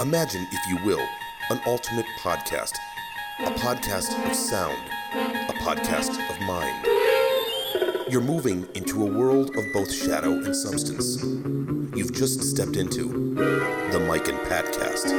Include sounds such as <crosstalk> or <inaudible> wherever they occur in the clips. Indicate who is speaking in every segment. Speaker 1: Imagine, if you will, an alternate podcast, a podcast of sound, a podcast of mind. You're moving into a world of both shadow and substance. You've just stepped into the Mike and Patcast.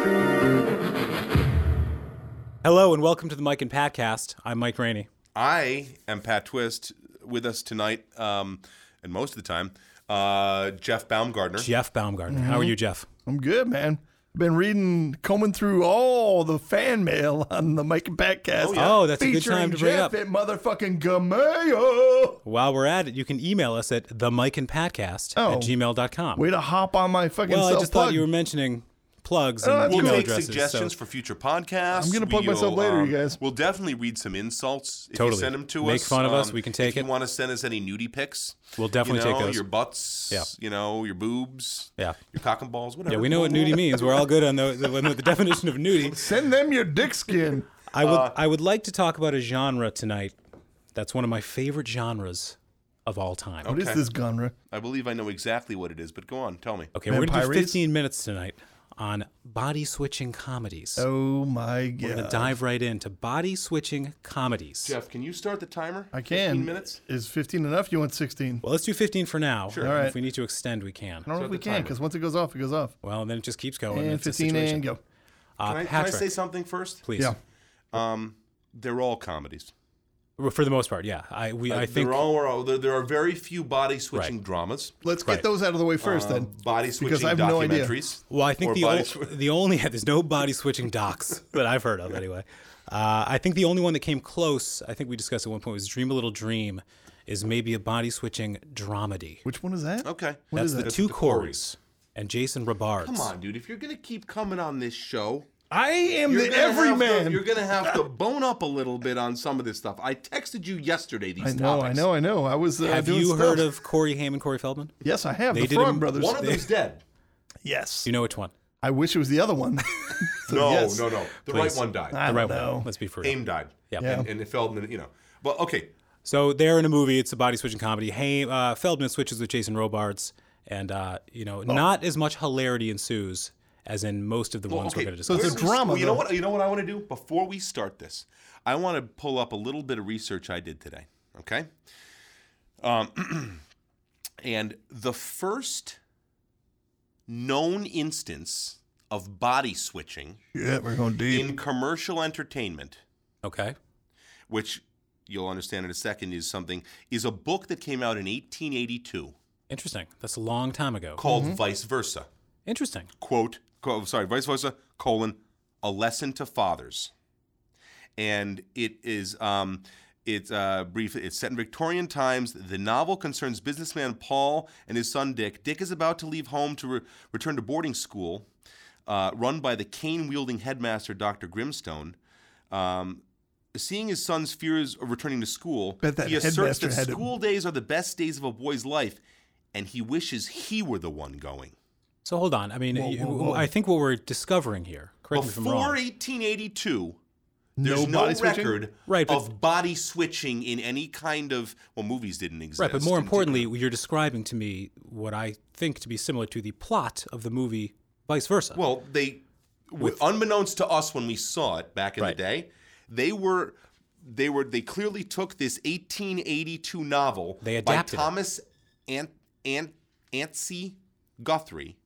Speaker 2: Hello and welcome to the Mike and Pat cast. I'm Mike Rainey.
Speaker 3: I am Pat Twist with us tonight, um, and most of the time, uh, Jeff Baumgartner.
Speaker 2: Jeff Baumgartner. How are you, Jeff?
Speaker 4: I'm good, man. I've been reading, combing through all the fan mail on the Mike and Pat cast. Oh,
Speaker 2: yeah. Oh, that's a good time to bring
Speaker 4: Jeff
Speaker 2: up.
Speaker 4: At motherfucking Gameo.
Speaker 2: While we're at it, you can email us at the Mike and Patcast
Speaker 4: Oh.
Speaker 2: at gmail.com.
Speaker 4: Way to hop on my fucking
Speaker 2: well, I
Speaker 4: self
Speaker 2: just
Speaker 4: plug.
Speaker 2: thought you were mentioning plugs and
Speaker 4: Oh, that's
Speaker 3: We'll
Speaker 2: email
Speaker 4: cool.
Speaker 3: take
Speaker 2: addresses. so-
Speaker 3: suggestions for future podcasts.
Speaker 4: I'm gonna plug
Speaker 3: We'll,
Speaker 4: myself later, you guys.
Speaker 3: We'll definitely read some insults. If
Speaker 2: Totally.
Speaker 3: you send them to
Speaker 2: Make
Speaker 3: us. Um,
Speaker 2: fun of us, we can take
Speaker 3: if
Speaker 2: it.
Speaker 3: you want to send us any nudie pics,
Speaker 2: We'll definitely
Speaker 3: you know,
Speaker 2: take those.
Speaker 3: Your butts,
Speaker 2: Yeah.
Speaker 3: you know, your boobs,
Speaker 2: Yeah.
Speaker 3: your cock and balls, whatever.
Speaker 2: yeah, we know what nudie means. We're all good on the, the, on the definition of nudie.
Speaker 4: Send them your
Speaker 3: <laughs>
Speaker 4: dick skin.
Speaker 2: I would, I would like to talk about a genre tonight that's one of my favorite genres of all time.
Speaker 4: What is this genre?
Speaker 3: I believe I know exactly what it is, but go on, tell me.
Speaker 2: Okay, we're going to do
Speaker 4: Vampires?
Speaker 2: 15 minutes tonight on body switching comedies.
Speaker 4: Oh my
Speaker 2: We're going to
Speaker 4: god.
Speaker 2: dive right into body switching comedies.
Speaker 3: Jeff, can you start the timer?
Speaker 4: I can.
Speaker 3: 15 minutes.
Speaker 4: Is 15 enough? You want 16?
Speaker 2: Well, let's do 15 for now. Sure.
Speaker 4: All
Speaker 2: If
Speaker 4: right.
Speaker 2: we need to extend, we can.
Speaker 4: I don't know if we can because once it goes off, it goes off.
Speaker 2: Well, then it just keeps going.
Speaker 4: and
Speaker 2: it's a
Speaker 4: 15
Speaker 2: situation.
Speaker 4: and go.
Speaker 2: Uh,
Speaker 3: Can I, can I
Speaker 2: Patrick,
Speaker 3: say something first?
Speaker 2: please.
Speaker 4: Yeah.
Speaker 3: They're all comedies.
Speaker 2: Well, For the most part, yeah. I we I think
Speaker 3: Uh, They're all, are all- there, there are very few body switching dramas.
Speaker 4: Let's
Speaker 2: Right. Um,
Speaker 4: get those out of the way first then.
Speaker 3: Body switching
Speaker 4: I have no idea.
Speaker 3: documentaries.
Speaker 2: well, I think
Speaker 3: or
Speaker 2: the
Speaker 3: body
Speaker 2: ol-
Speaker 3: swi-
Speaker 2: the only <laughs> there's no body switching
Speaker 3: <laughs>
Speaker 2: docs that I've heard of anyway. Uh, I think the only one that came close, I think we discussed at one point, was Dream a Little Dream, is maybe a body switching dramedy.
Speaker 4: Which one is that?
Speaker 3: Okay.
Speaker 4: What
Speaker 2: That's
Speaker 4: is
Speaker 2: the
Speaker 4: that?
Speaker 2: two
Speaker 3: the Coreys.
Speaker 2: Corys and Jason Robards.
Speaker 3: Come on, dude. If you're gonna keep coming on this show,
Speaker 4: I am
Speaker 3: you're
Speaker 4: the
Speaker 3: gonna have to-
Speaker 4: everyman.
Speaker 3: you're gonna have to bone up a little bit on some of this stuff. I texted you yesterday. These
Speaker 4: I know, I
Speaker 3: topics.
Speaker 4: know, I know. I was uh,
Speaker 2: Have
Speaker 4: doing
Speaker 2: you
Speaker 4: stuff.
Speaker 2: heard of Corey Haim and Corey Feldman? Do
Speaker 4: Yes, I have.
Speaker 2: They
Speaker 4: the
Speaker 2: did a-
Speaker 4: Frog Brothers.
Speaker 3: One of them's dead.
Speaker 4: yes.
Speaker 2: you know which one?
Speaker 4: I wish it was the other one. <laughs> So,
Speaker 3: No,
Speaker 4: <laughs> yes.
Speaker 3: no, no. The right one died.
Speaker 4: I
Speaker 2: The right
Speaker 4: don't know.
Speaker 2: one. Let's be for real.
Speaker 3: Aim died.
Speaker 2: Yeah.
Speaker 3: And, and it fell. in the- You know. But okay.
Speaker 2: So they're in a movie. It's a body switching comedy. Hey, uh, Feldman switches with Jason Robards, and uh, you
Speaker 3: Oh.
Speaker 2: know, not as much hilarity ensues as in most of the ones we're
Speaker 3: okay.
Speaker 2: going to
Speaker 3: so
Speaker 2: discuss.
Speaker 4: it's a
Speaker 3: where do we-
Speaker 4: drama,
Speaker 3: well, You know
Speaker 4: though.
Speaker 3: what? You know what I want to do before we start this. I want to pull up a little bit of research I did today. Okay. Um, <clears throat> and the first known instance of body switching
Speaker 4: Yeah, we're going deep.
Speaker 3: in commercial entertainment,
Speaker 2: okay,
Speaker 3: which you'll understand in a second is something, is a book that came out in 1882
Speaker 2: interesting. That's a long time ago.
Speaker 3: called
Speaker 4: Mm-hmm.
Speaker 3: Vice Versa.
Speaker 2: Interesting.
Speaker 3: quote, co- sorry, vice versa, colon, a lesson to fathers. And it is, um, it's uh, brief. It's set in Victorian times. The novel concerns businessman Paul and his son Dick. Dick is about to leave home to re- return to boarding school, uh, run by the cane wielding headmaster Dr. Grimstone. Um, seeing his son's fears of returning to school,
Speaker 4: Bet that
Speaker 3: he asserts
Speaker 4: headmaster
Speaker 3: that
Speaker 4: had it.
Speaker 3: school days are the best days of a boy's life, and he wishes he were the one going.
Speaker 2: So hold on. I mean,
Speaker 4: Whoa,
Speaker 2: you-
Speaker 4: whoa, whoa.
Speaker 2: I think what we're discovering here. Correct me if I'm
Speaker 3: before
Speaker 2: wrong.
Speaker 3: 1882 there's no,
Speaker 4: body switching?
Speaker 3: record
Speaker 2: Right, but-
Speaker 3: of body switching in any kind of well movies didn't exist
Speaker 2: Right, but more
Speaker 3: in-
Speaker 2: importantly, you're describing to me what I think to be similar to the plot of the movie Vice Versa.
Speaker 3: well they unbeknownst to us when we saw it back in
Speaker 2: Right.
Speaker 3: the day they were they were they clearly took this 1882 novel
Speaker 2: They adapted it.
Speaker 3: by Thomas Ant, Ant, Antsy Guthrie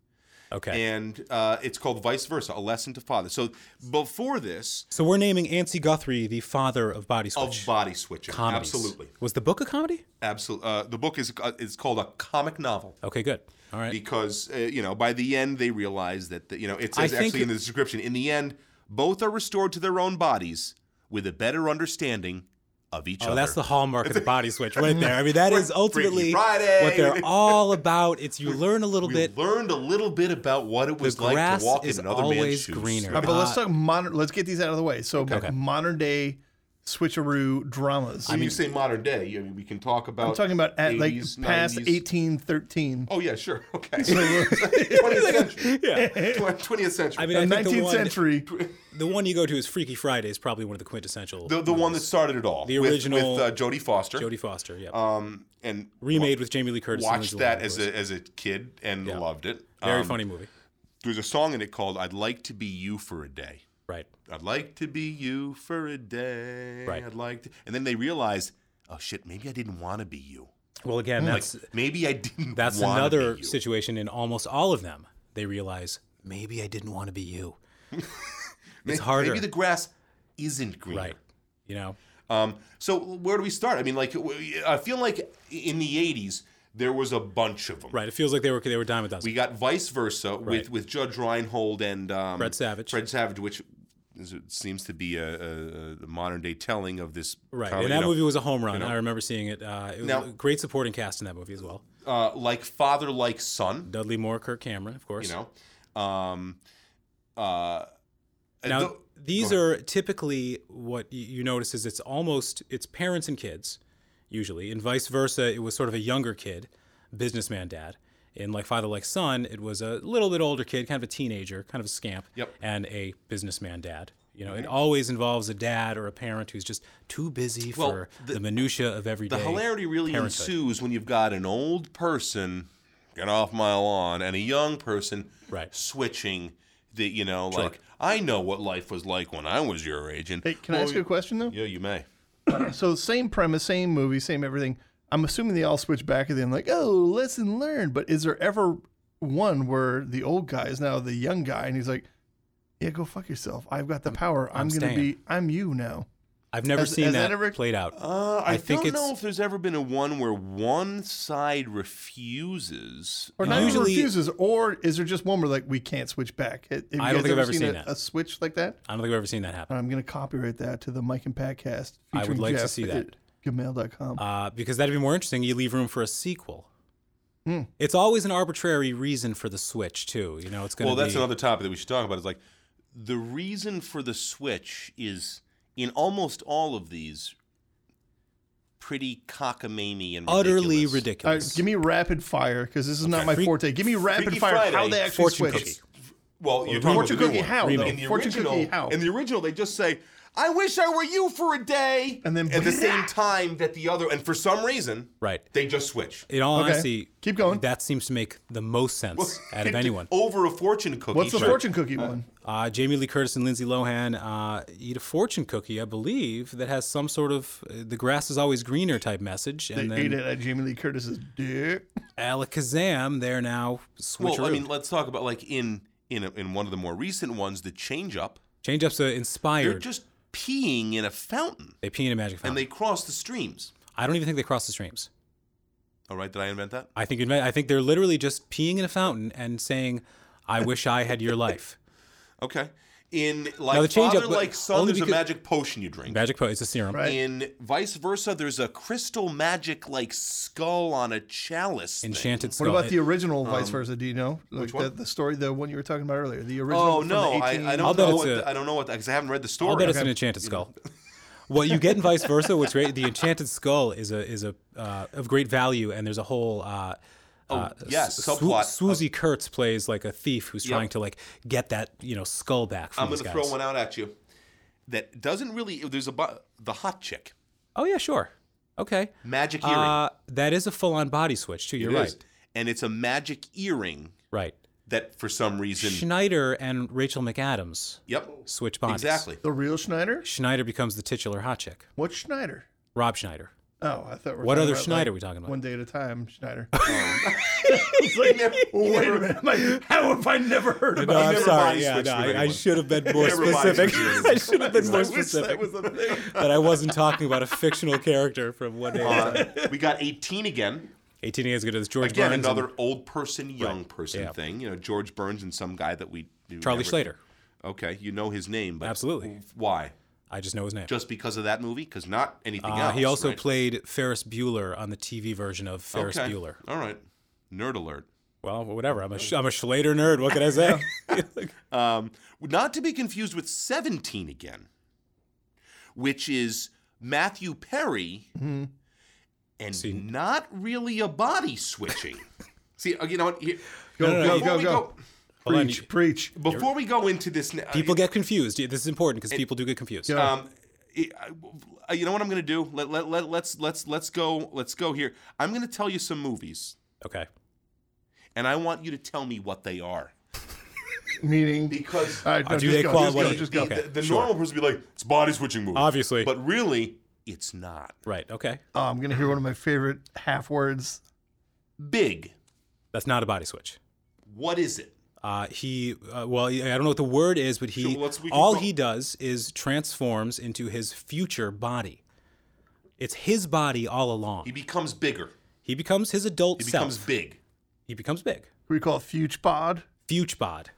Speaker 2: okay.
Speaker 3: and uh, it's called Vice Versa a lesson to father so before this
Speaker 2: so we're naming Ansi Guthrie the father of body
Speaker 3: of
Speaker 2: switch
Speaker 3: body switching
Speaker 2: comedies.
Speaker 3: absolutely
Speaker 2: Was the book a comedy?
Speaker 3: Absolutely. Uh, the book is uh, it's called a comic novel
Speaker 2: Okay, good. All right.
Speaker 3: because uh, you know by the end they realize that the, you know it
Speaker 2: I
Speaker 3: says
Speaker 2: think-
Speaker 3: actually in the description in the end both are restored to their own bodies with a better understanding of each
Speaker 2: Oh,
Speaker 3: other.
Speaker 2: that's the hallmark of the body switch
Speaker 3: <laughs>
Speaker 2: right there. I mean, that is ultimately
Speaker 3: Friday.
Speaker 2: what they're all about. It's you learn a little
Speaker 3: <laughs> we
Speaker 2: bit.
Speaker 3: learned a little bit about what it was like
Speaker 2: grass
Speaker 3: to walk
Speaker 2: is
Speaker 3: in another man's
Speaker 2: always
Speaker 3: shoes.
Speaker 2: greener.
Speaker 4: All right, but let's
Speaker 2: Uh,
Speaker 4: talk modern. Let's get these out of the way. So
Speaker 2: Okay.
Speaker 4: modern day switcheroo dramas.
Speaker 3: I mean, you say modern day. I mean, we can talk about.
Speaker 4: I'm talking about at like
Speaker 3: 80s,
Speaker 4: past
Speaker 3: 90s.
Speaker 4: 1813.
Speaker 3: Oh yeah, sure. <laughs>
Speaker 4: <laughs>
Speaker 3: Okay. 20th century.
Speaker 2: <laughs> Yeah.
Speaker 3: 20th century.
Speaker 2: I mean, I think the
Speaker 4: 19th
Speaker 2: one,
Speaker 4: century.
Speaker 2: the one you go to is Freaky Friday is probably one of the quintessential.
Speaker 3: the, the one that started it all.
Speaker 2: The
Speaker 3: with-
Speaker 2: original-
Speaker 3: with, uh, Jodie Foster.
Speaker 2: Jodie Foster, yeah,
Speaker 3: Um, and
Speaker 2: remade with Jamie Lee Curtis. and
Speaker 3: watched
Speaker 2: Lindsay
Speaker 3: that
Speaker 2: Lohan, of
Speaker 3: as
Speaker 2: course.
Speaker 3: a as a kid and loved it.
Speaker 2: very
Speaker 3: Um,
Speaker 2: funny movie.
Speaker 3: There's a song in it called "I'd Like to Be You for a Day."
Speaker 2: Right.
Speaker 3: I'd like to be you for a day.
Speaker 2: Right.
Speaker 3: I'd like to, and then they realize, oh shit, maybe I didn't want to be you.
Speaker 2: Well, again,
Speaker 3: Like
Speaker 2: that's
Speaker 3: maybe I didn't.
Speaker 2: that's
Speaker 3: wanna
Speaker 2: another
Speaker 3: be you.
Speaker 2: situation in almost all of them. They realize maybe I didn't want to be
Speaker 3: <laughs>
Speaker 2: you.
Speaker 3: May-
Speaker 2: it's harder.
Speaker 3: Maybe the grass isn't green.
Speaker 2: Right. You know.
Speaker 3: Um, so where do we start? I mean, like, w- I feel like in the '80s there was a bunch of them.
Speaker 2: Right. It feels like they were they were dime a dozen.
Speaker 3: We got vice versa with, with Judge Reinhold and um,
Speaker 2: Fred Savage.
Speaker 3: Fred Savage, which is, seems to be a, a, a modern day telling of this.
Speaker 2: right.
Speaker 3: comedy,
Speaker 2: And that
Speaker 3: you know.
Speaker 2: movie was a home run. I remember seeing it. Uh, it was
Speaker 3: Now-
Speaker 2: a great supporting cast in that movie as well.
Speaker 3: uh, like father, like son.
Speaker 2: Dudley Moore, Kirk Cameron, of course.
Speaker 3: You know, um, uh,
Speaker 2: Now
Speaker 3: th-
Speaker 2: these are typically what y- you notice is it's almost it's parents and kids, usually, and vice versa. It was sort of a younger kid, businessman dad. In like father like son, it was a little bit older kid, kind of a teenager, kind of a scamp,
Speaker 3: Yep. Mm-hmm.
Speaker 2: and a businessman dad. You know, it always involves a dad or a parent who's just too busy
Speaker 3: Well,
Speaker 2: for
Speaker 3: the-
Speaker 2: the, minutia of everyday.
Speaker 3: the hilarity really
Speaker 2: parenthood.
Speaker 3: ensues when you've got an old person get off my lawn and a young person
Speaker 2: Right.
Speaker 3: switching the you know like I know what life was like when I was your age and
Speaker 4: Hey, can I ask you a question though?
Speaker 3: yeah you may
Speaker 4: <clears throat> So same premise, same movie, same everything. I'm assuming they all switch back at the end, like, oh, lesson learned. But is there ever one where the old guy is now the young guy, and he's like, yeah, go fuck yourself. I've got the power. I'm, gonna
Speaker 2: staying.
Speaker 4: be. I'm you now.
Speaker 2: I've never
Speaker 4: Has-
Speaker 2: seen
Speaker 4: has
Speaker 2: that,
Speaker 4: that ever-
Speaker 2: played out.
Speaker 3: Uh, I,
Speaker 2: I think
Speaker 3: don't know
Speaker 2: it's-
Speaker 3: if there's ever been a one where one side refuses.
Speaker 4: Or not
Speaker 2: Usually-
Speaker 4: usually refuses, or is there just one where like we can't switch back? Have you
Speaker 2: I don't
Speaker 4: guys
Speaker 2: think I've ever seen
Speaker 4: a,
Speaker 2: that.
Speaker 4: a switch like that.
Speaker 2: I don't think I've ever seen that happen.
Speaker 4: I'm gonna copyright that to the Mike and Pat cast.
Speaker 2: I would
Speaker 4: featuring
Speaker 2: like to
Speaker 4: Jeff
Speaker 2: see
Speaker 4: at Gmail.com.
Speaker 2: uh, because that'd be more interesting. You leave room for a sequel.
Speaker 4: Hmm.
Speaker 2: It's always an arbitrary reason for the switch, too. You know, it's going to
Speaker 3: Well, that's
Speaker 2: be
Speaker 3: another topic that we should talk about. Is like the reason for the switch is in almost all of these pretty cockamamie and
Speaker 2: utterly
Speaker 3: ridiculous.
Speaker 4: all right,
Speaker 2: ridiculous.
Speaker 4: give me rapid fire because this is not my
Speaker 2: Freak-
Speaker 4: forte. Give me rapid
Speaker 3: Freaky
Speaker 4: fire.
Speaker 3: Friday,
Speaker 4: how they actually
Speaker 2: fortune
Speaker 4: switch?
Speaker 2: cookie.
Speaker 3: Well, you're talking
Speaker 4: Fortune
Speaker 3: about the new
Speaker 4: cookie
Speaker 3: one.
Speaker 4: how though?
Speaker 3: In the
Speaker 4: Fortune cookie
Speaker 3: original,
Speaker 4: how?
Speaker 3: in the original, they just say, "I wish I were you for a day,"
Speaker 4: And then
Speaker 3: at
Speaker 4: <laughs>
Speaker 3: the same time that the other, and for some reason,
Speaker 2: Right.
Speaker 3: they just switch.
Speaker 2: In all
Speaker 4: Okay,
Speaker 2: honesty,
Speaker 4: keep going.
Speaker 2: That seems to make the most sense out
Speaker 4: <laughs>
Speaker 2: of anyone.
Speaker 3: over a fortune cookie.
Speaker 4: What's the
Speaker 3: Sure.
Speaker 4: fortune cookie one?
Speaker 2: Uh, Jamie Lee Curtis and Lindsay Lohan uh, eat a fortune cookie, I believe, that has some sort of uh, "the grass is always greener" type message, and
Speaker 4: They ate
Speaker 2: then
Speaker 4: it at Jamie Lee Curtis's dick.
Speaker 2: Alakazam, they're now switcheroo.
Speaker 3: Well, I mean, let's talk about like in in a, in one of the more recent ones, the change up.
Speaker 2: Change ups are
Speaker 3: They're
Speaker 2: inspired.
Speaker 3: just peeing in a fountain,
Speaker 2: they pee in a magic
Speaker 3: and
Speaker 2: fountain.
Speaker 3: they cross the streams.
Speaker 2: I don't even think they cross the streams.
Speaker 3: All right, did I invent that?
Speaker 2: I think you I think they're literally just peeing in a fountain and saying,
Speaker 3: <laughs>
Speaker 2: "I wish I had your life."
Speaker 3: Okay. In like
Speaker 2: the Change Up,
Speaker 3: father,
Speaker 2: but
Speaker 3: like son,
Speaker 2: only
Speaker 3: there's a
Speaker 2: because-
Speaker 3: magic potion you drink.
Speaker 2: Magic po, it's a serum.
Speaker 4: Right.
Speaker 3: In vice versa, there's a crystal magic like skull on a chalice. thing.
Speaker 2: Enchanted
Speaker 4: What
Speaker 2: skull.
Speaker 4: about the
Speaker 2: Um,
Speaker 4: original vice versa? Do you know Like
Speaker 3: which one?
Speaker 4: The, the story, the one you were talking about earlier? The original.
Speaker 3: Oh
Speaker 4: from
Speaker 3: no,
Speaker 4: the
Speaker 3: I, I
Speaker 4: 18
Speaker 3: don't
Speaker 2: I'll bet
Speaker 3: know.
Speaker 2: it's
Speaker 3: What
Speaker 2: a-
Speaker 3: the- I don't know what because I haven't read the story.
Speaker 2: I'll bet it's an enchanted skull.
Speaker 3: <laughs>
Speaker 2: what you get in Vice Versa, what's great, the enchanted skull is a is a uh, of great value, and there's a whole. Uh, uh,
Speaker 3: Oh, yes,
Speaker 2: Swo-
Speaker 3: subplot
Speaker 2: Swoozie Kurtz plays like a thief who's trying to like get that you know skull back from
Speaker 3: I'm
Speaker 2: these
Speaker 3: going to
Speaker 2: guys.
Speaker 3: throw one out at you that doesn't really. There's a bu- the hot chick
Speaker 2: Oh yeah, sure. Okay.
Speaker 3: magic earring.
Speaker 2: Uh, that is a full-on body switch too. You're
Speaker 3: It
Speaker 2: right.
Speaker 3: is. and it's a magic earring
Speaker 2: Right.
Speaker 3: that for some reason.
Speaker 2: Schneider and Rachel McAdams
Speaker 3: yep,
Speaker 2: switch bodies.
Speaker 3: exactly.
Speaker 4: the real Schneider.
Speaker 2: Schneider becomes the titular hot chick.
Speaker 4: What Schneider?
Speaker 2: Rob Schneider.
Speaker 4: Oh, I thought. We were
Speaker 2: What
Speaker 4: talking
Speaker 2: other
Speaker 4: about,
Speaker 2: Schneider
Speaker 4: like,
Speaker 2: are we talking about?
Speaker 4: One day at a time,
Speaker 2: <laughs>
Speaker 4: Schneider. It's like,
Speaker 3: <laughs>
Speaker 4: wait a minute. like, how have I never heard
Speaker 2: No,
Speaker 4: about
Speaker 2: I'm
Speaker 3: never
Speaker 2: sorry.
Speaker 3: mind
Speaker 2: Yeah,
Speaker 3: switched
Speaker 2: no,
Speaker 3: with
Speaker 2: I, I
Speaker 3: anyone.
Speaker 2: should have been more
Speaker 3: Never mind
Speaker 2: specific.
Speaker 3: switched with
Speaker 2: <laughs> I should have been more
Speaker 4: I wish that
Speaker 2: specific.
Speaker 4: was a thing.
Speaker 2: But I wasn't talking about a fictional character from one <laughs> day.
Speaker 3: <laughs> Uh, we got 18 again.
Speaker 2: <laughs> 18 years ago, there's George
Speaker 3: Again,
Speaker 2: Burns,
Speaker 3: another
Speaker 2: and
Speaker 3: old person, young person
Speaker 2: yeah.
Speaker 3: thing. You know, George Burns and some guy that we. we
Speaker 2: Charlie
Speaker 3: never-
Speaker 2: Slater.
Speaker 3: Okay, you know his name, but
Speaker 2: Absolutely.
Speaker 3: Why?
Speaker 2: I just know his name.
Speaker 3: Just because of that movie? Because not anything
Speaker 2: Uh,
Speaker 3: else.
Speaker 2: he also
Speaker 3: right?
Speaker 2: played Ferris Bueller on the TV version of Ferris
Speaker 3: Okay.
Speaker 2: Bueller.
Speaker 3: All right. Nerd alert.
Speaker 2: Well, whatever. I'm a Sch- I'm a Schlater nerd. What can <laughs> I say?
Speaker 3: Um, not to be confused with 17 again, which is Matthew Perry and not really a body switching. <laughs> See, uh, you know what? Here,
Speaker 4: Go,
Speaker 2: no,
Speaker 4: go,
Speaker 2: no,
Speaker 3: before
Speaker 4: go,
Speaker 3: we
Speaker 4: go.
Speaker 2: Hold on,
Speaker 4: Preach,
Speaker 2: you-
Speaker 4: preach.
Speaker 3: Before we go into this, n- uh,
Speaker 2: People get confused. Yeah, This is important because people do get confused.
Speaker 4: Yeah.
Speaker 3: um, it- I- uh, you know what I'm going to do? Let, let, let, let's, let's, let's go. Let's go here. I'm going to tell you some movies,
Speaker 2: Okay.
Speaker 3: and I want you to tell me what they are.
Speaker 4: meaning
Speaker 3: Because
Speaker 4: All right,
Speaker 2: Or
Speaker 4: no,
Speaker 2: Uh, do
Speaker 4: just
Speaker 2: they
Speaker 4: go,
Speaker 2: qual-
Speaker 4: just
Speaker 2: what
Speaker 4: go,
Speaker 2: do-
Speaker 4: just go.
Speaker 2: okay.
Speaker 3: the, the normal person would be like, it's a body switching movie.
Speaker 2: Obviously.
Speaker 3: But really, it's not.
Speaker 2: Right. Okay.
Speaker 4: Oh, I'm gonna hear one of my favorite half words.
Speaker 3: Big.
Speaker 2: That's not a body switch.
Speaker 3: What is it?
Speaker 2: Uh, he, uh, well, I don't know what the word is, but he,
Speaker 3: Sure, let's- we can
Speaker 2: all
Speaker 3: call-
Speaker 2: he does is transforms into his future body. It's his body all along.
Speaker 3: He becomes bigger.
Speaker 2: He becomes his adult
Speaker 3: He
Speaker 2: self.
Speaker 3: becomes big.
Speaker 2: he becomes big.
Speaker 4: We call it future pod.
Speaker 2: Future bod.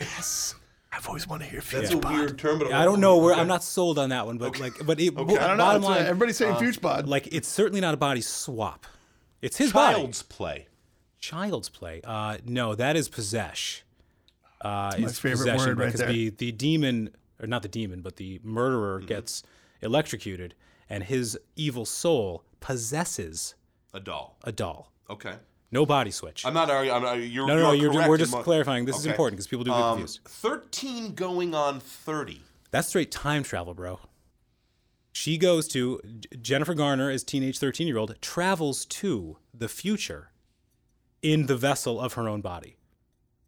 Speaker 3: Yes.
Speaker 4: I've always wanted to hear
Speaker 3: That's
Speaker 4: future
Speaker 3: a
Speaker 4: pod.
Speaker 3: weird term, but
Speaker 2: I don't know where
Speaker 3: Oh, Okay.
Speaker 2: I'm not sold on that one, but like, but it,
Speaker 4: I don't know.
Speaker 2: bottom
Speaker 4: it's, uh,
Speaker 2: line, um,
Speaker 4: everybody's saying future pod.
Speaker 2: like it's certainly not a body swap. It's his body.
Speaker 3: Child's play.
Speaker 2: Child's play. Uh, no, that is possession. Uh,
Speaker 4: my
Speaker 2: it's
Speaker 4: favorite
Speaker 2: possession
Speaker 4: word right
Speaker 2: because
Speaker 4: there. Mm-hmm.
Speaker 2: the the demon, or not the demon, but the murderer gets electrocuted, and his evil soul possesses
Speaker 3: A doll.
Speaker 2: a doll.
Speaker 3: Okay.
Speaker 2: No body switch.
Speaker 3: I'm not arguing. I'm not, you're,
Speaker 2: no, no, no.
Speaker 3: you're
Speaker 2: You're,
Speaker 3: correct
Speaker 2: we're
Speaker 3: in
Speaker 2: just
Speaker 3: mo-
Speaker 2: clarifying. This is
Speaker 3: Okay.
Speaker 2: important because people do get
Speaker 3: Um,
Speaker 2: confused.
Speaker 3: 13 going on 30.
Speaker 2: That's straight time travel, bro. She goes to J- Jennifer Garner as teenage 13 year old, travels to the future in the vessel of her own body.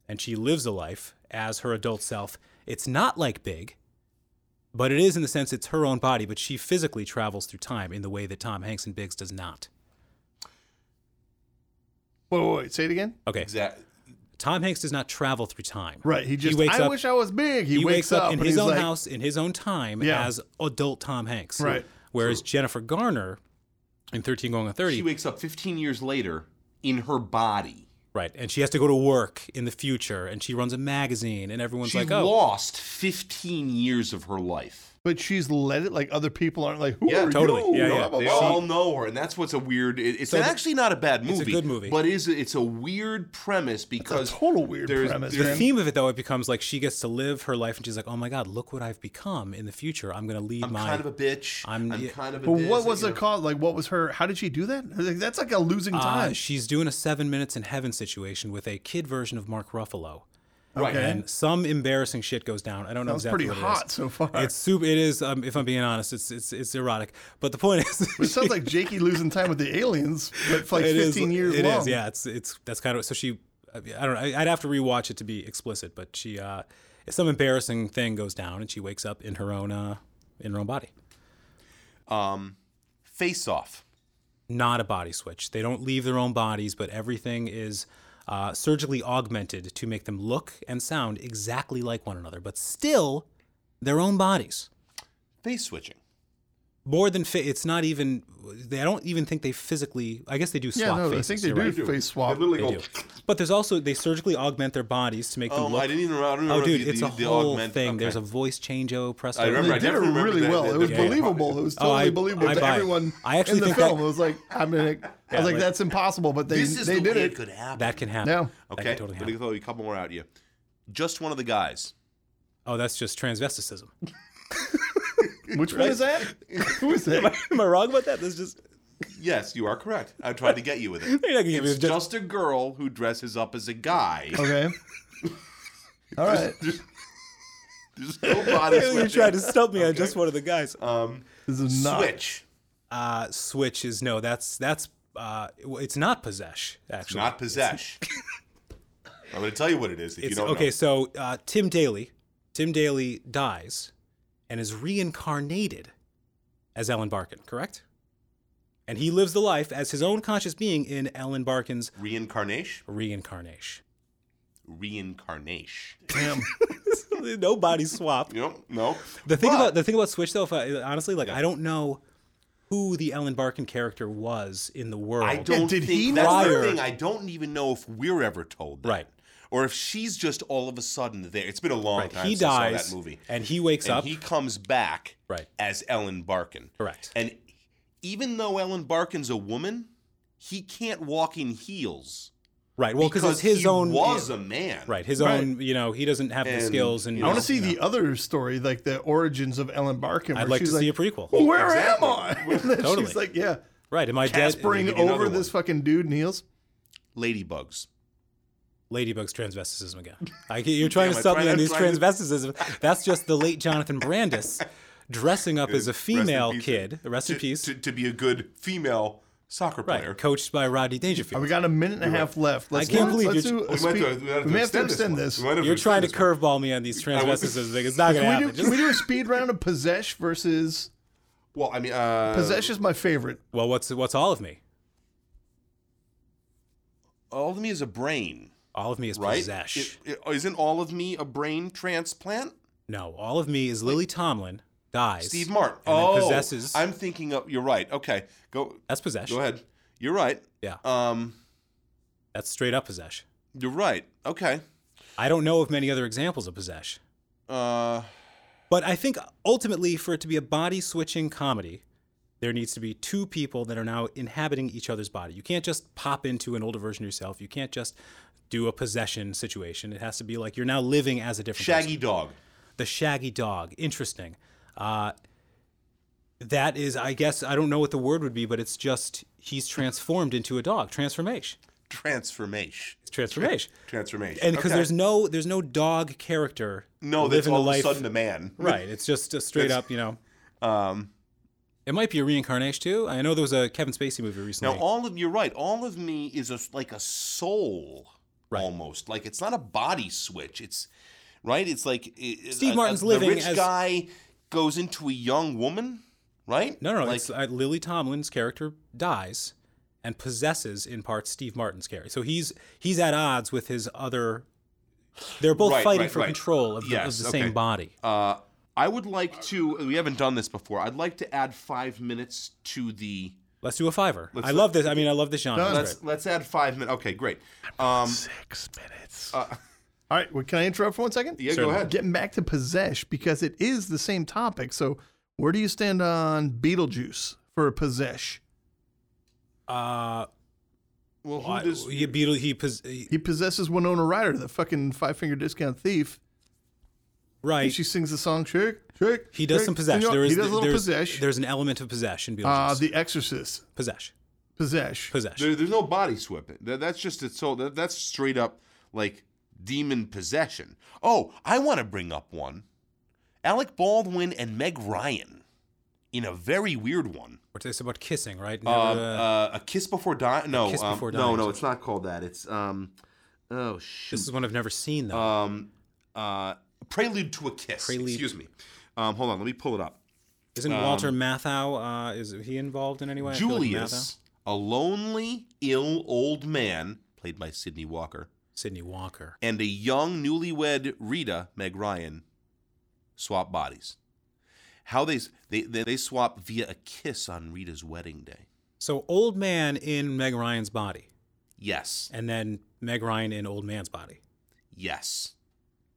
Speaker 2: And she lives a life as her adult self. It's not like Big, but it is in the sense it's her own body, but she physically travels through time in the way that Tom Hanks and Biggs does not.
Speaker 4: wait, wait, wait, say it again.
Speaker 2: Okay.
Speaker 3: Exactly.
Speaker 2: Tom Hanks does not travel through time.
Speaker 4: Right. He just.
Speaker 2: wakes
Speaker 4: I
Speaker 2: up-
Speaker 4: wish I was big. He,
Speaker 2: he, wakes, up, in
Speaker 4: and
Speaker 2: his
Speaker 4: he's
Speaker 2: own
Speaker 4: like,
Speaker 2: house in his own time
Speaker 4: Yeah.
Speaker 2: as adult Tom Hanks.
Speaker 4: Right.
Speaker 2: Whereas Jennifer Garner in 13 going on 30,
Speaker 3: She wakes up 15 years later in her body.
Speaker 2: right, and she has to go to work in the future and she runs a magazine and everyone's
Speaker 3: She
Speaker 2: like, "Oh,
Speaker 3: lost 15 years of her life.
Speaker 4: But she's let it. Like other people aren't like. Who
Speaker 3: Yeah,
Speaker 4: are
Speaker 2: totally.
Speaker 4: You?
Speaker 2: Yeah,
Speaker 4: Blah,
Speaker 2: yeah.
Speaker 4: blah,
Speaker 3: They
Speaker 4: blah.
Speaker 3: all know her, and that's what's a weird. it- It's
Speaker 2: So
Speaker 3: an
Speaker 2: the-
Speaker 3: actually not a bad movie.
Speaker 2: a good movie.
Speaker 3: but is it's a weird premise because
Speaker 4: total weird
Speaker 3: there's-
Speaker 4: premise,
Speaker 3: there's-
Speaker 2: the
Speaker 4: man.
Speaker 2: theme of it though it becomes like she gets to live her life and she's like, "Oh my god, look what I've become in the future. I'm going to lead
Speaker 3: I'm
Speaker 2: my uh,
Speaker 3: kind of a bitch. I'm,
Speaker 2: I'm-
Speaker 3: kind of. A
Speaker 4: But
Speaker 3: this,
Speaker 4: what was
Speaker 3: you
Speaker 4: it
Speaker 3: know.
Speaker 4: called? Like, what was her? How did she do that? Like, that's like a losing
Speaker 2: Uh,
Speaker 4: time.
Speaker 2: she's doing a 7 minutes in heaven situation with a kid version of Mark Ruffalo.
Speaker 3: Right.
Speaker 4: Okay.
Speaker 2: and some embarrassing shit goes down. I don't know
Speaker 4: Sounds
Speaker 2: exactly
Speaker 4: pretty
Speaker 2: what it
Speaker 4: hot
Speaker 2: is.
Speaker 4: so far.
Speaker 2: It's super. It is. Um, if I'm being honest, it's it's it's erotic. But the point <laughs> is,
Speaker 4: it sounds like Jakey losing time with the aliens, but for like
Speaker 2: it is-
Speaker 4: 15 years
Speaker 2: It
Speaker 4: long.
Speaker 2: is, Yeah. It's it's that's kind of so she. I don't know. I- I'd have to rewatch it to be explicit, but she uh, some embarrassing thing goes down, and she wakes up in her own uh, in her own body.
Speaker 3: Um, Face Off.
Speaker 2: Not a body switch. They don't leave their own bodies, but everything is. Uh, surgically augmented to make them look and sound exactly like one another, but still their own bodies.
Speaker 3: Face switching.
Speaker 2: more than fit. It's not even. They, I don't even think they physically. I guess they do swap
Speaker 4: Yeah, no,
Speaker 2: faces.
Speaker 4: I think they do
Speaker 2: you're right.
Speaker 4: face swap.
Speaker 3: literally
Speaker 2: They do. But there's also they surgically augment their bodies to make them
Speaker 3: Oh,
Speaker 2: look.
Speaker 3: I didn't even. I don't remember
Speaker 2: oh, dude,
Speaker 3: the,
Speaker 2: it's
Speaker 3: the,
Speaker 2: a
Speaker 3: the
Speaker 2: whole
Speaker 3: augment.
Speaker 2: thing.
Speaker 3: okay.
Speaker 2: There's a voice change oppress.
Speaker 3: I remember.
Speaker 4: They
Speaker 3: I
Speaker 4: did it
Speaker 3: definitely remember
Speaker 4: really
Speaker 3: that-
Speaker 4: well.
Speaker 3: that-
Speaker 4: it was
Speaker 3: that-
Speaker 4: believable. It was
Speaker 2: Oh,
Speaker 4: totally
Speaker 2: I-
Speaker 4: believable
Speaker 2: I
Speaker 4: to
Speaker 2: buy it.
Speaker 4: everyone
Speaker 2: I actually
Speaker 4: in the
Speaker 2: think that-
Speaker 4: film. it was like, I mean, it, I was like,
Speaker 2: like-
Speaker 4: that's impossible, but they
Speaker 3: This is
Speaker 4: they
Speaker 3: the
Speaker 4: did
Speaker 3: way it.
Speaker 4: it.
Speaker 3: could happen.
Speaker 2: That can happen.
Speaker 4: Yeah.
Speaker 2: That
Speaker 3: okay.
Speaker 2: Can totally
Speaker 3: Let me
Speaker 2: happen.
Speaker 3: throw a couple more out at you. Just one of the guys.
Speaker 2: Oh, that's just
Speaker 3: <laughs>
Speaker 2: transvesticism.
Speaker 4: Which one is that? Who is that?
Speaker 2: Am I wrong about that? That's just.
Speaker 3: Yes, you are correct. I tried to get you with
Speaker 2: <laughs>
Speaker 3: it.
Speaker 2: You're not gonna give me
Speaker 3: It's
Speaker 2: just- Oh.
Speaker 3: just a girl who dresses up as a guy.
Speaker 4: Okay. All right.
Speaker 3: <laughs> There's no
Speaker 2: <laughs> <laughs>
Speaker 3: body
Speaker 2: You
Speaker 3: switching.
Speaker 2: tried to stump me on just one of the guys.
Speaker 3: um,
Speaker 4: This is not.
Speaker 3: switch.
Speaker 2: Uh, switch is no. That's that's. Uh, it's not possession. Actually,
Speaker 3: Not
Speaker 2: <laughs>
Speaker 3: possess. I'm going to tell you what it is if you
Speaker 2: It's-
Speaker 3: don't
Speaker 2: okay,
Speaker 3: know.
Speaker 2: so uh, Tim Daly, Tim Daly dies and is reincarnated as Ellen Barkin, correct? And he lives the life as his own conscious being in Ellen Barkin's
Speaker 3: Reincarnation. <laughs>
Speaker 2: reincarnation. <laughs>
Speaker 3: Reincarnation.
Speaker 4: Damn.
Speaker 2: no body swap.
Speaker 3: You know? No.
Speaker 2: The thing
Speaker 3: But-
Speaker 2: about the thing about Switch though, if I, honestly, like I don't know who the Ellen Barkin character was in the world.
Speaker 3: I don't
Speaker 4: did
Speaker 3: think
Speaker 4: he
Speaker 3: that's the
Speaker 2: prior-
Speaker 3: thing. I don't even know if we're ever told
Speaker 2: <laughs>
Speaker 3: that.
Speaker 2: Right.
Speaker 3: Or if she's just all of a sudden there. It's been a long
Speaker 2: Right,
Speaker 3: time
Speaker 2: He
Speaker 3: since I saw
Speaker 2: dies
Speaker 3: that movie.
Speaker 2: and he wakes
Speaker 3: and
Speaker 2: up.
Speaker 3: he comes back
Speaker 2: Right.
Speaker 3: as Ellen Barkin.
Speaker 2: Correct.
Speaker 3: And even though Ellen Barkin's a woman, he can't walk in heels
Speaker 2: right. Well, because it's his
Speaker 3: he
Speaker 2: own
Speaker 3: was a man.
Speaker 2: right. His
Speaker 4: Right.
Speaker 2: own. You know, he doesn't have
Speaker 3: And,
Speaker 2: the skills. And
Speaker 3: you
Speaker 4: I want
Speaker 3: know,
Speaker 4: to see the other story, like the origins of Ellen Barkin.
Speaker 2: I'd
Speaker 4: where
Speaker 2: like to
Speaker 4: she's
Speaker 2: see a prequel.
Speaker 3: "Oh,
Speaker 4: Where
Speaker 3: Exactly.
Speaker 4: am I? <laughs> And then
Speaker 2: Totally.
Speaker 4: she's like, yeah,
Speaker 2: Right. Am I dead?
Speaker 4: Caspering
Speaker 3: need another
Speaker 4: over this fucking dude, Niels.
Speaker 3: Ladybugs.
Speaker 2: Ladybug's transvesticism again. I, get-
Speaker 3: <laughs>
Speaker 2: you're trying
Speaker 3: Damn,
Speaker 2: to
Speaker 3: I
Speaker 2: stop
Speaker 3: tried-
Speaker 2: me
Speaker 3: I'm
Speaker 2: on these
Speaker 3: trying to-
Speaker 2: transvesticism. That's just the late Jonathan
Speaker 3: <laughs>
Speaker 2: Brandis dressing up as a
Speaker 3: Rest in
Speaker 2: female
Speaker 3: peace.
Speaker 2: kid. Rest in
Speaker 3: To-
Speaker 2: peace.
Speaker 3: To, to be a good female soccer
Speaker 2: Right.
Speaker 3: player.
Speaker 2: Coached by Rodney Dangerfield.
Speaker 4: We got a minute and a half left. Let's,
Speaker 2: can't
Speaker 4: let's,
Speaker 2: believe
Speaker 4: let's
Speaker 2: you're-
Speaker 4: do
Speaker 3: We
Speaker 4: a
Speaker 3: might
Speaker 4: speed-
Speaker 3: have to- we might have to
Speaker 4: we may have to
Speaker 3: extend this
Speaker 4: extend
Speaker 3: one.
Speaker 4: this.
Speaker 3: We might have
Speaker 2: You're trying to
Speaker 3: extend this
Speaker 2: curveball me on these
Speaker 3: want-
Speaker 2: transvesticism things. It's not going to
Speaker 4: Can we,
Speaker 2: happen.
Speaker 4: do,
Speaker 2: Just-
Speaker 4: can we do a speed round of Possess versus
Speaker 3: one. Well, I mean, uh,
Speaker 4: Possess is my favorite.
Speaker 2: well, what's what's all of me?
Speaker 3: all of me is a brain,
Speaker 2: All of me is
Speaker 3: right?
Speaker 2: possession.
Speaker 3: It, it, isn't all of me a brain transplant?
Speaker 2: no, all of me is Lily Tomlin dies.
Speaker 3: Steve Martin.
Speaker 2: And then
Speaker 3: oh,
Speaker 2: possesses.
Speaker 3: I'm thinking of. You're right. Okay, go
Speaker 2: that's possession.
Speaker 3: go ahead. You're right.
Speaker 2: Yeah,
Speaker 3: Um,
Speaker 2: that's straight up possession.
Speaker 3: you're right. Okay.
Speaker 2: I don't know of many other examples of possession.
Speaker 3: Uh,
Speaker 2: But I think ultimately, for it to be a body switching comedy, there needs to be two people that are now inhabiting each other's body. You can't just pop into an older version of yourself. You can't just do a possession situation. It has to be like you're now living as a different
Speaker 3: Shaggy
Speaker 2: person.
Speaker 3: Dog.
Speaker 2: The shaggy dog. Interesting. Uh, that is, I guess, I don't know what the word would be, but it's just he's transformed into a dog. Transformation.
Speaker 3: Transformation.
Speaker 2: It's transformation.
Speaker 3: Transformation.
Speaker 2: And because
Speaker 3: Okay.
Speaker 2: there's no there's no dog character.
Speaker 3: no, that's
Speaker 2: living
Speaker 3: all
Speaker 2: the
Speaker 3: of a
Speaker 2: life.
Speaker 3: sudden a man.
Speaker 2: Right. It's just a straight
Speaker 3: That's-
Speaker 2: up, you know.
Speaker 3: Um,
Speaker 2: It might be a reincarnation too. I know there was a Kevin Spacey movie
Speaker 3: Now,
Speaker 2: recently.
Speaker 3: all of you're right. All of me is a, like a soul, almost. Like it's not a body switch. It's right. It's like it- it-
Speaker 2: Steve
Speaker 3: a-
Speaker 2: Martin's
Speaker 3: a,
Speaker 2: living
Speaker 3: The rich
Speaker 2: as-
Speaker 3: guy goes into a young woman, right?
Speaker 2: no, no, no.
Speaker 3: Like,
Speaker 2: it's, uh, Lily Tomlin's character dies and possesses in part Steve Martin's character. So he's he's at odds with his other. They're both
Speaker 3: Right,
Speaker 2: fighting
Speaker 3: right,
Speaker 2: for
Speaker 3: right.
Speaker 2: control of the,
Speaker 3: Yes,
Speaker 2: of the
Speaker 3: okay.
Speaker 2: same body.
Speaker 3: uh, I would like to. We haven't done this before. I'd like to add five minutes to the.
Speaker 2: Let's do a fiver.
Speaker 3: Let's-
Speaker 2: I love this. I mean, I love this genre. It's
Speaker 3: Let's
Speaker 2: great.
Speaker 3: let's add five minutes. Okay, great. Um,
Speaker 4: Six minutes. All right. Well, can I interrupt for one second?
Speaker 3: yeah, go ahead.
Speaker 4: Getting back to Possess because it is the same topic. So where do you stand on Beetlejuice for Possess?
Speaker 2: Uh,
Speaker 3: Well, who
Speaker 2: I-
Speaker 3: does-
Speaker 2: he, Beetle, he, pos- he-
Speaker 4: He possesses Winona Ryder, the fucking five finger discount thief.
Speaker 2: right.
Speaker 4: She sings the song Shake, Shake.
Speaker 2: He does
Speaker 4: Shake,
Speaker 2: some possession.
Speaker 4: Senor.
Speaker 2: There is
Speaker 4: he does a little
Speaker 2: there's,
Speaker 4: possession.
Speaker 2: There's an element of possession.
Speaker 4: Uh,
Speaker 2: Beetlejuice.
Speaker 4: the Exorcist.
Speaker 2: possession.
Speaker 4: Possession.
Speaker 2: Possession.
Speaker 3: There, there's no body swipping. That, that's just it's so that, that's straight up like demon possession. Oh, I want to bring up one: Alec Baldwin and Meg Ryan in a very weird one.
Speaker 2: What's this about kissing? Right.
Speaker 3: Um,
Speaker 2: Never, uh,
Speaker 3: uh, a kiss before dying. No,
Speaker 2: Kiss
Speaker 3: um,
Speaker 2: Before
Speaker 3: no,
Speaker 2: Dying.
Speaker 3: no. It's not called that. It's um, oh
Speaker 2: this
Speaker 3: shoot.
Speaker 2: is one I've never seen though.
Speaker 3: Um, uh, prelude to a kiss.
Speaker 2: Prelude-
Speaker 3: Excuse me. Um, hold on. Let me pull it up.
Speaker 2: Isn't Walter Matthau? Uh, is he involved in any way? I feel like Matthau-
Speaker 3: Julius, a lonely, ill old man, played by Sidney Walker.
Speaker 2: Sidney Walker.
Speaker 3: and a young newlywed Rita Meg Ryan swap bodies. How they they they, they swap via a kiss on Rita's wedding day.
Speaker 2: So old man in Meg Ryan's body,
Speaker 3: Yes,
Speaker 2: and then Meg Ryan in old man's body.
Speaker 3: yes,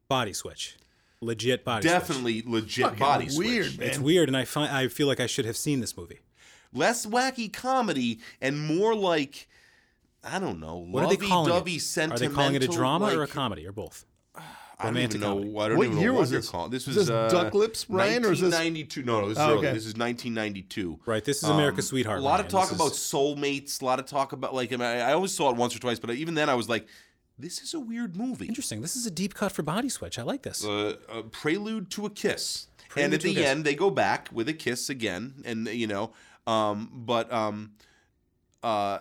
Speaker 2: Body switch, legit body. switch.
Speaker 3: definitely legit
Speaker 4: Fucking
Speaker 3: body
Speaker 4: weird,
Speaker 3: switch.
Speaker 4: man.
Speaker 2: It's weird, and I find I feel like I should have seen this movie.
Speaker 3: Less wacky comedy and more like I don't know.
Speaker 2: What are they calling
Speaker 3: lovey-dovey,
Speaker 2: it? Are they calling it a
Speaker 3: sentimental,
Speaker 2: drama or a
Speaker 3: like-
Speaker 2: comedy or both?
Speaker 3: I don't
Speaker 2: romantic
Speaker 3: even know.
Speaker 2: comedy?
Speaker 3: I don't
Speaker 4: What
Speaker 3: even
Speaker 4: year
Speaker 3: know what
Speaker 4: was
Speaker 3: they're
Speaker 4: this?
Speaker 3: calling. This
Speaker 4: Is
Speaker 3: was
Speaker 4: this
Speaker 3: uh,
Speaker 4: Duck Lips, Ryan, or is this-
Speaker 3: 1992? No, no, this is
Speaker 4: Oh,
Speaker 3: early.
Speaker 4: okay.
Speaker 3: This is 1992.
Speaker 2: Right. This is
Speaker 3: Um,
Speaker 2: America's Sweetheart.
Speaker 3: A lot
Speaker 2: Ryan.
Speaker 3: of talk
Speaker 2: This
Speaker 3: about
Speaker 2: is-
Speaker 3: soulmates. A lot of talk about like I, mean, I I always saw it once or twice, but even then I was like, this is a weird movie.
Speaker 2: Interesting. This is a deep cut for body switch. I like this.
Speaker 3: Uh, a prelude to a kiss,
Speaker 2: Prelude
Speaker 3: and at
Speaker 2: to a
Speaker 3: the
Speaker 2: Kiss.
Speaker 3: end they go back with a kiss again, and you know, um, but um, uh,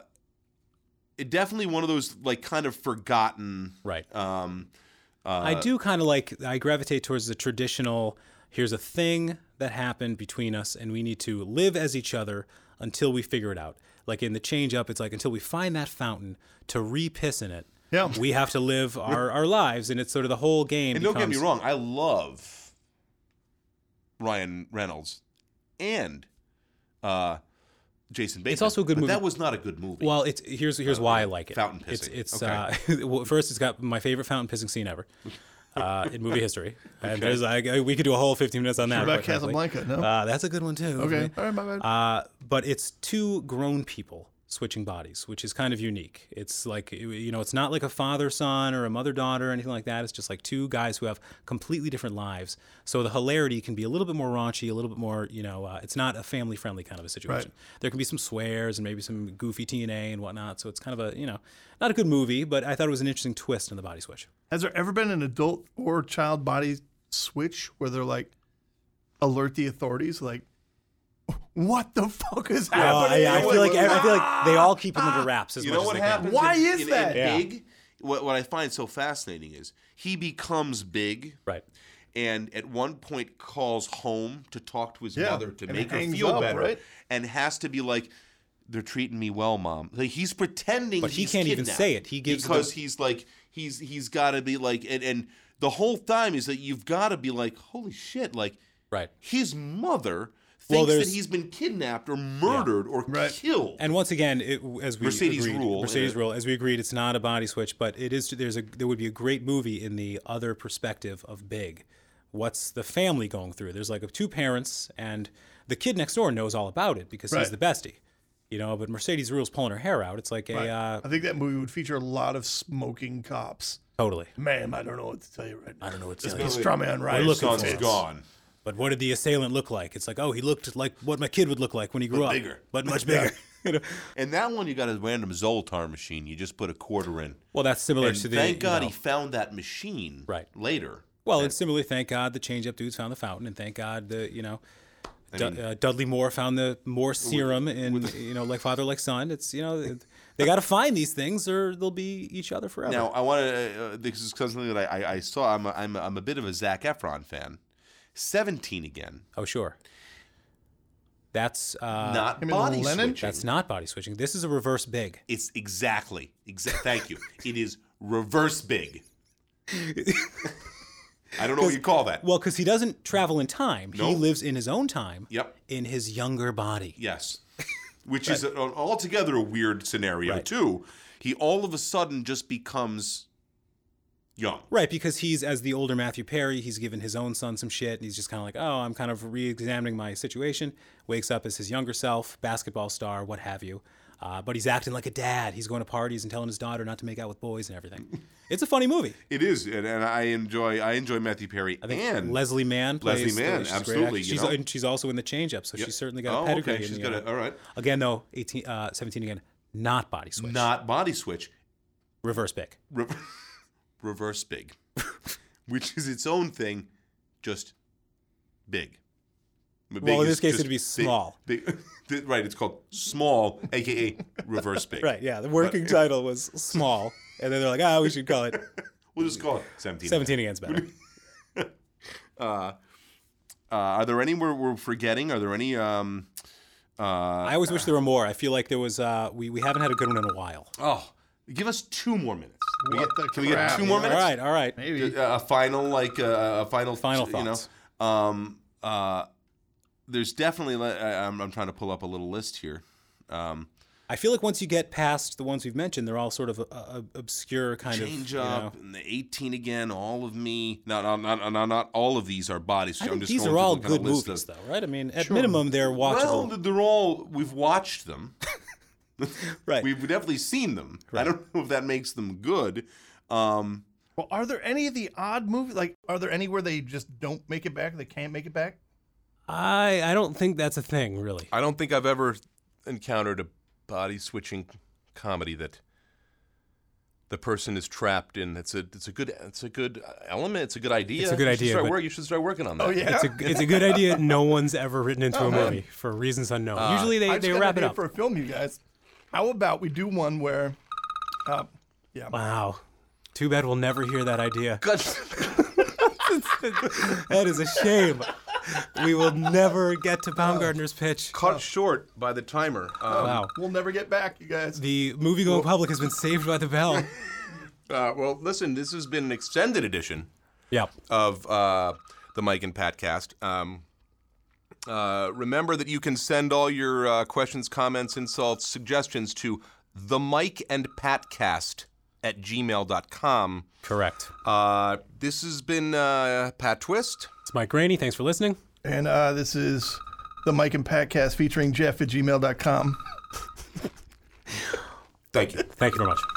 Speaker 3: it definitely one of those like kind of forgotten.
Speaker 2: right.
Speaker 3: Um,
Speaker 2: I do kind of like. I gravitate towards the traditional. Here's a thing that happened between us, and we need to live as each other until we figure it out. Like in the change up, it's like until we find that fountain to re piss in it.
Speaker 4: Yeah.
Speaker 2: we have to live our, our lives, and it's sort of the whole game.
Speaker 3: and don't get me
Speaker 2: becomes-
Speaker 3: wrong, I love Ryan Reynolds and uh, Jason Bateman.
Speaker 2: It's also a good
Speaker 3: but
Speaker 2: movie.
Speaker 3: That was not a good movie.
Speaker 2: Well, it's here's here's why I like it.
Speaker 3: fountain
Speaker 2: It's
Speaker 3: pissing.
Speaker 2: it's
Speaker 3: Okay.
Speaker 2: uh, <laughs> well, first it's got my favorite fountain pissing scene ever. Uh, in movie history, and there's like we could do a whole 15 minutes on that.
Speaker 4: About
Speaker 2: quite frankly.
Speaker 4: Casablanca, no?
Speaker 2: Uh, that's a good one too.
Speaker 4: okay. All right, my bad.
Speaker 2: Uh, but it's two grown people switching bodies, which is kind of unique. It's like, you know, it's not like a father son or a mother daughter or anything like that. It's just like two guys who have completely different lives. So the hilarity can be a little bit more raunchy, a little bit more, you know, uh, it's not a family friendly kind of a situation. There can be some swears and maybe some goofy TNA and whatnot. So it's kind of a, you know, not a good movie, but I thought it was an interesting twist in the body switch.
Speaker 4: Has there ever been an adult or child body switch where they're like alert the authorities, like <laughs> what the fuck is
Speaker 2: Oh,
Speaker 4: happening?
Speaker 2: I, I feel like I feel like they all keep them under wraps as
Speaker 3: Ah, You
Speaker 2: much
Speaker 3: know
Speaker 2: as
Speaker 3: what
Speaker 2: they can.
Speaker 3: happens?
Speaker 4: Why
Speaker 3: in-
Speaker 4: is
Speaker 3: in-
Speaker 4: that?
Speaker 3: In
Speaker 2: Yeah.
Speaker 3: big, what, what I find so fascinating is he becomes big.
Speaker 2: Right.
Speaker 3: and at one point calls home to talk to his
Speaker 4: Yeah,
Speaker 3: mother to
Speaker 4: and
Speaker 3: make her
Speaker 4: hangs
Speaker 3: feel
Speaker 4: up,
Speaker 3: better
Speaker 4: right?
Speaker 3: and has to be like they're treating me well mom like he's pretending
Speaker 2: But he
Speaker 3: he's
Speaker 2: can't even
Speaker 3: kidnapped
Speaker 2: say it. He gives
Speaker 3: because
Speaker 2: the-
Speaker 3: he's like he's he's got to be like and, and the whole time is that you've got to be like holy shit like
Speaker 2: Right.
Speaker 3: his mother
Speaker 2: Well,
Speaker 3: thinks that
Speaker 2: there's-
Speaker 3: he's been kidnapped or murdered or
Speaker 4: Right.
Speaker 3: killed
Speaker 2: And once again, it, as we
Speaker 3: Mercedes
Speaker 2: agreed,
Speaker 3: rule, eh?
Speaker 2: Mercedes
Speaker 3: yeah.
Speaker 2: rule, as we agreed, it's not a body switch, but it is. There's a there would be a great movie in the other perspective of Big. What's the family going through? There's like two parents, and the kid next door knows all about it because he's
Speaker 4: Right.
Speaker 2: the bestie, you know. But Mercedes rule's pulling her hair out. It's like a uh,
Speaker 4: I think that movie would feature a lot of smoking cops.
Speaker 2: totally.
Speaker 4: Ma'am, I don't know what to tell you right now.
Speaker 2: I don't know what to
Speaker 4: This
Speaker 2: tell you.
Speaker 4: pastrami on rice.
Speaker 2: looking
Speaker 4: is
Speaker 2: for
Speaker 3: son's
Speaker 2: it.
Speaker 3: gone
Speaker 2: But what did the assailant look like? It's like, oh, he looked like what my kid would look like when he grew up,
Speaker 3: bigger.
Speaker 2: but
Speaker 3: <laughs>
Speaker 2: much bigger. <laughs> You know?
Speaker 3: and that one you got a random zoltar machine you just put a quarter in
Speaker 2: Well, that's similar
Speaker 3: and
Speaker 2: to the.
Speaker 3: thank
Speaker 2: you
Speaker 3: god
Speaker 2: know-
Speaker 3: he found that machine
Speaker 2: Right.
Speaker 3: later
Speaker 2: Well, and similarly, thank God the change up dudes found the fountain, and thank God the you know Du- uh, Dudley Moore found the Moore serum, and you know like father like son. It's you know they got to find these things, or they'll be each other forever.
Speaker 3: Now I want to. Uh, this is something that I, I, I saw. I'm a, I'm, a, I'm a bit of a Zac Efron fan. Seventeen again,
Speaker 2: oh sure, that's uh,
Speaker 3: not
Speaker 4: mean
Speaker 3: body
Speaker 4: Lennon?
Speaker 3: switching.
Speaker 2: that's not body switching. This is a reverse big.
Speaker 3: It's exactly exact. Thank you. It is reverse big. I don't know what you call that.
Speaker 2: Well, because he doesn't travel in time;
Speaker 3: No.
Speaker 2: he lives in his own time.
Speaker 3: Yep.
Speaker 2: in his younger body.
Speaker 3: Yes, which is a, altogether a weird scenario
Speaker 2: Right.
Speaker 3: too. He all of a sudden just becomes young.
Speaker 2: Right, because he's as the older Matthew Perry, he's given his own son some shit, and he's just kind of like, oh, I'm kind of re-examining my situation. Wakes up as his younger self, basketball star, what have you. Uh, but he's acting like a dad. He's going to parties and telling his daughter not to make out with boys and everything. <laughs> It's a funny movie.
Speaker 3: It is, and, and I enjoy I enjoy Matthew Perry
Speaker 2: I think
Speaker 3: and
Speaker 2: Leslie Mann plays.
Speaker 3: Leslie Mann,
Speaker 2: she's a great
Speaker 3: absolutely,
Speaker 2: actress.
Speaker 3: you
Speaker 2: She's,
Speaker 3: know?
Speaker 2: and she's also in the change-up, so she's certainly got
Speaker 3: oh,
Speaker 2: a pedigree.
Speaker 3: okay,
Speaker 2: in
Speaker 3: she's
Speaker 2: the,
Speaker 3: got
Speaker 2: uh,
Speaker 3: a, all right.
Speaker 2: Again, though, 18, uh, 17 again, not body switch.
Speaker 3: Not body switch.
Speaker 2: Reverse pick.
Speaker 3: Re- <laughs> reverse big, <laughs> which is its own thing, just big. But
Speaker 2: Well, in
Speaker 3: is
Speaker 2: this case,
Speaker 3: just
Speaker 2: it'd be
Speaker 3: big-
Speaker 2: small.
Speaker 3: big- <laughs> th- right, it's called small, aka reverse
Speaker 2: <laughs>
Speaker 3: big.
Speaker 2: Right, yeah. The working title was small, and then they're like, ah, we should call <laughs> it
Speaker 3: We'll just call it 17.
Speaker 2: 17 again's better.
Speaker 3: Uh, are there any we're, we're forgetting? Are there any? Um, uh,
Speaker 2: I always wish there were more. I feel like there was. Uh, we we haven't had a good one in a while.
Speaker 3: oh, give us two more minutes. We
Speaker 4: What
Speaker 3: get-
Speaker 4: the
Speaker 3: can we get
Speaker 4: crap?
Speaker 3: two more
Speaker 2: All
Speaker 3: minutes?
Speaker 2: right, all right.
Speaker 4: Maybe.
Speaker 3: a final like uh, a final
Speaker 2: Final
Speaker 3: you
Speaker 2: thoughts.
Speaker 3: know um uh there's definitely li- I, I'm, I'm trying to pull up a little list here um
Speaker 2: I feel like once you get past the ones we've mentioned, they're all sort of uh, uh, obscure kind
Speaker 3: change
Speaker 2: of. you know.
Speaker 3: up and the 18 again all of me no no not not, not all of these are bodies
Speaker 2: I
Speaker 3: I'm
Speaker 2: think
Speaker 3: just
Speaker 2: these
Speaker 3: going
Speaker 2: are all
Speaker 3: through the kinda
Speaker 2: good
Speaker 3: list
Speaker 2: movies,
Speaker 3: of-
Speaker 2: though, right? I mean, at minimum, they're
Speaker 3: well
Speaker 2: watchable.
Speaker 3: they're all we've watched
Speaker 2: <laughs>
Speaker 3: them
Speaker 2: right.
Speaker 3: we've definitely seen them I don't know if that makes them good um
Speaker 4: Well, are there any of the odd movies? Like, are there any where they just don't make it back? They can't make it back?
Speaker 2: I I don't think that's a thing, really.
Speaker 5: I don't think I've ever encountered a body switching comedy that the person is trapped in. It's a it's a good it's a good element. It's a good idea.
Speaker 2: It's a good
Speaker 5: You should
Speaker 2: idea,
Speaker 5: start
Speaker 2: but-
Speaker 5: work- you should start working on that.
Speaker 4: Oh, yeah.
Speaker 2: It's a, it's a good idea. No one's ever written into
Speaker 3: Oh,
Speaker 2: a movie for reasons unknown.
Speaker 3: Uh,
Speaker 2: Usually
Speaker 4: I
Speaker 2: they,
Speaker 4: just
Speaker 2: they
Speaker 4: got an
Speaker 2: wrap it
Speaker 4: idea
Speaker 2: up.
Speaker 4: for a film, you guys. How about we do one where uh,
Speaker 2: Wow. Too bad we'll never hear that
Speaker 3: <laughs>
Speaker 2: idea.
Speaker 5: God,
Speaker 2: <laughs> That is a shame. we will never get
Speaker 3: <laughs>
Speaker 2: to Baumgartner's pitch.
Speaker 5: cut short by the timer. Um,
Speaker 2: Wow.
Speaker 4: we'll never get back, you guys?
Speaker 2: The movie going public has been saved by the bell. <laughs>
Speaker 5: uh, well, listen, this has been an extended edition
Speaker 2: yep.
Speaker 5: of uh, the Mike and Pat cast. Um, uh, remember that you can send all your uh, questions, comments, insults, suggestions to the Mike and Patcast at gmail.com.
Speaker 2: Correct.
Speaker 5: Uh, this has been uh, Pat Twist.
Speaker 2: It's Mike Graney. Thanks for listening.
Speaker 4: And uh, this is the Mike and Pat cast featuring Jeff at gmail.com.
Speaker 5: Thank you.
Speaker 2: Thank you very much.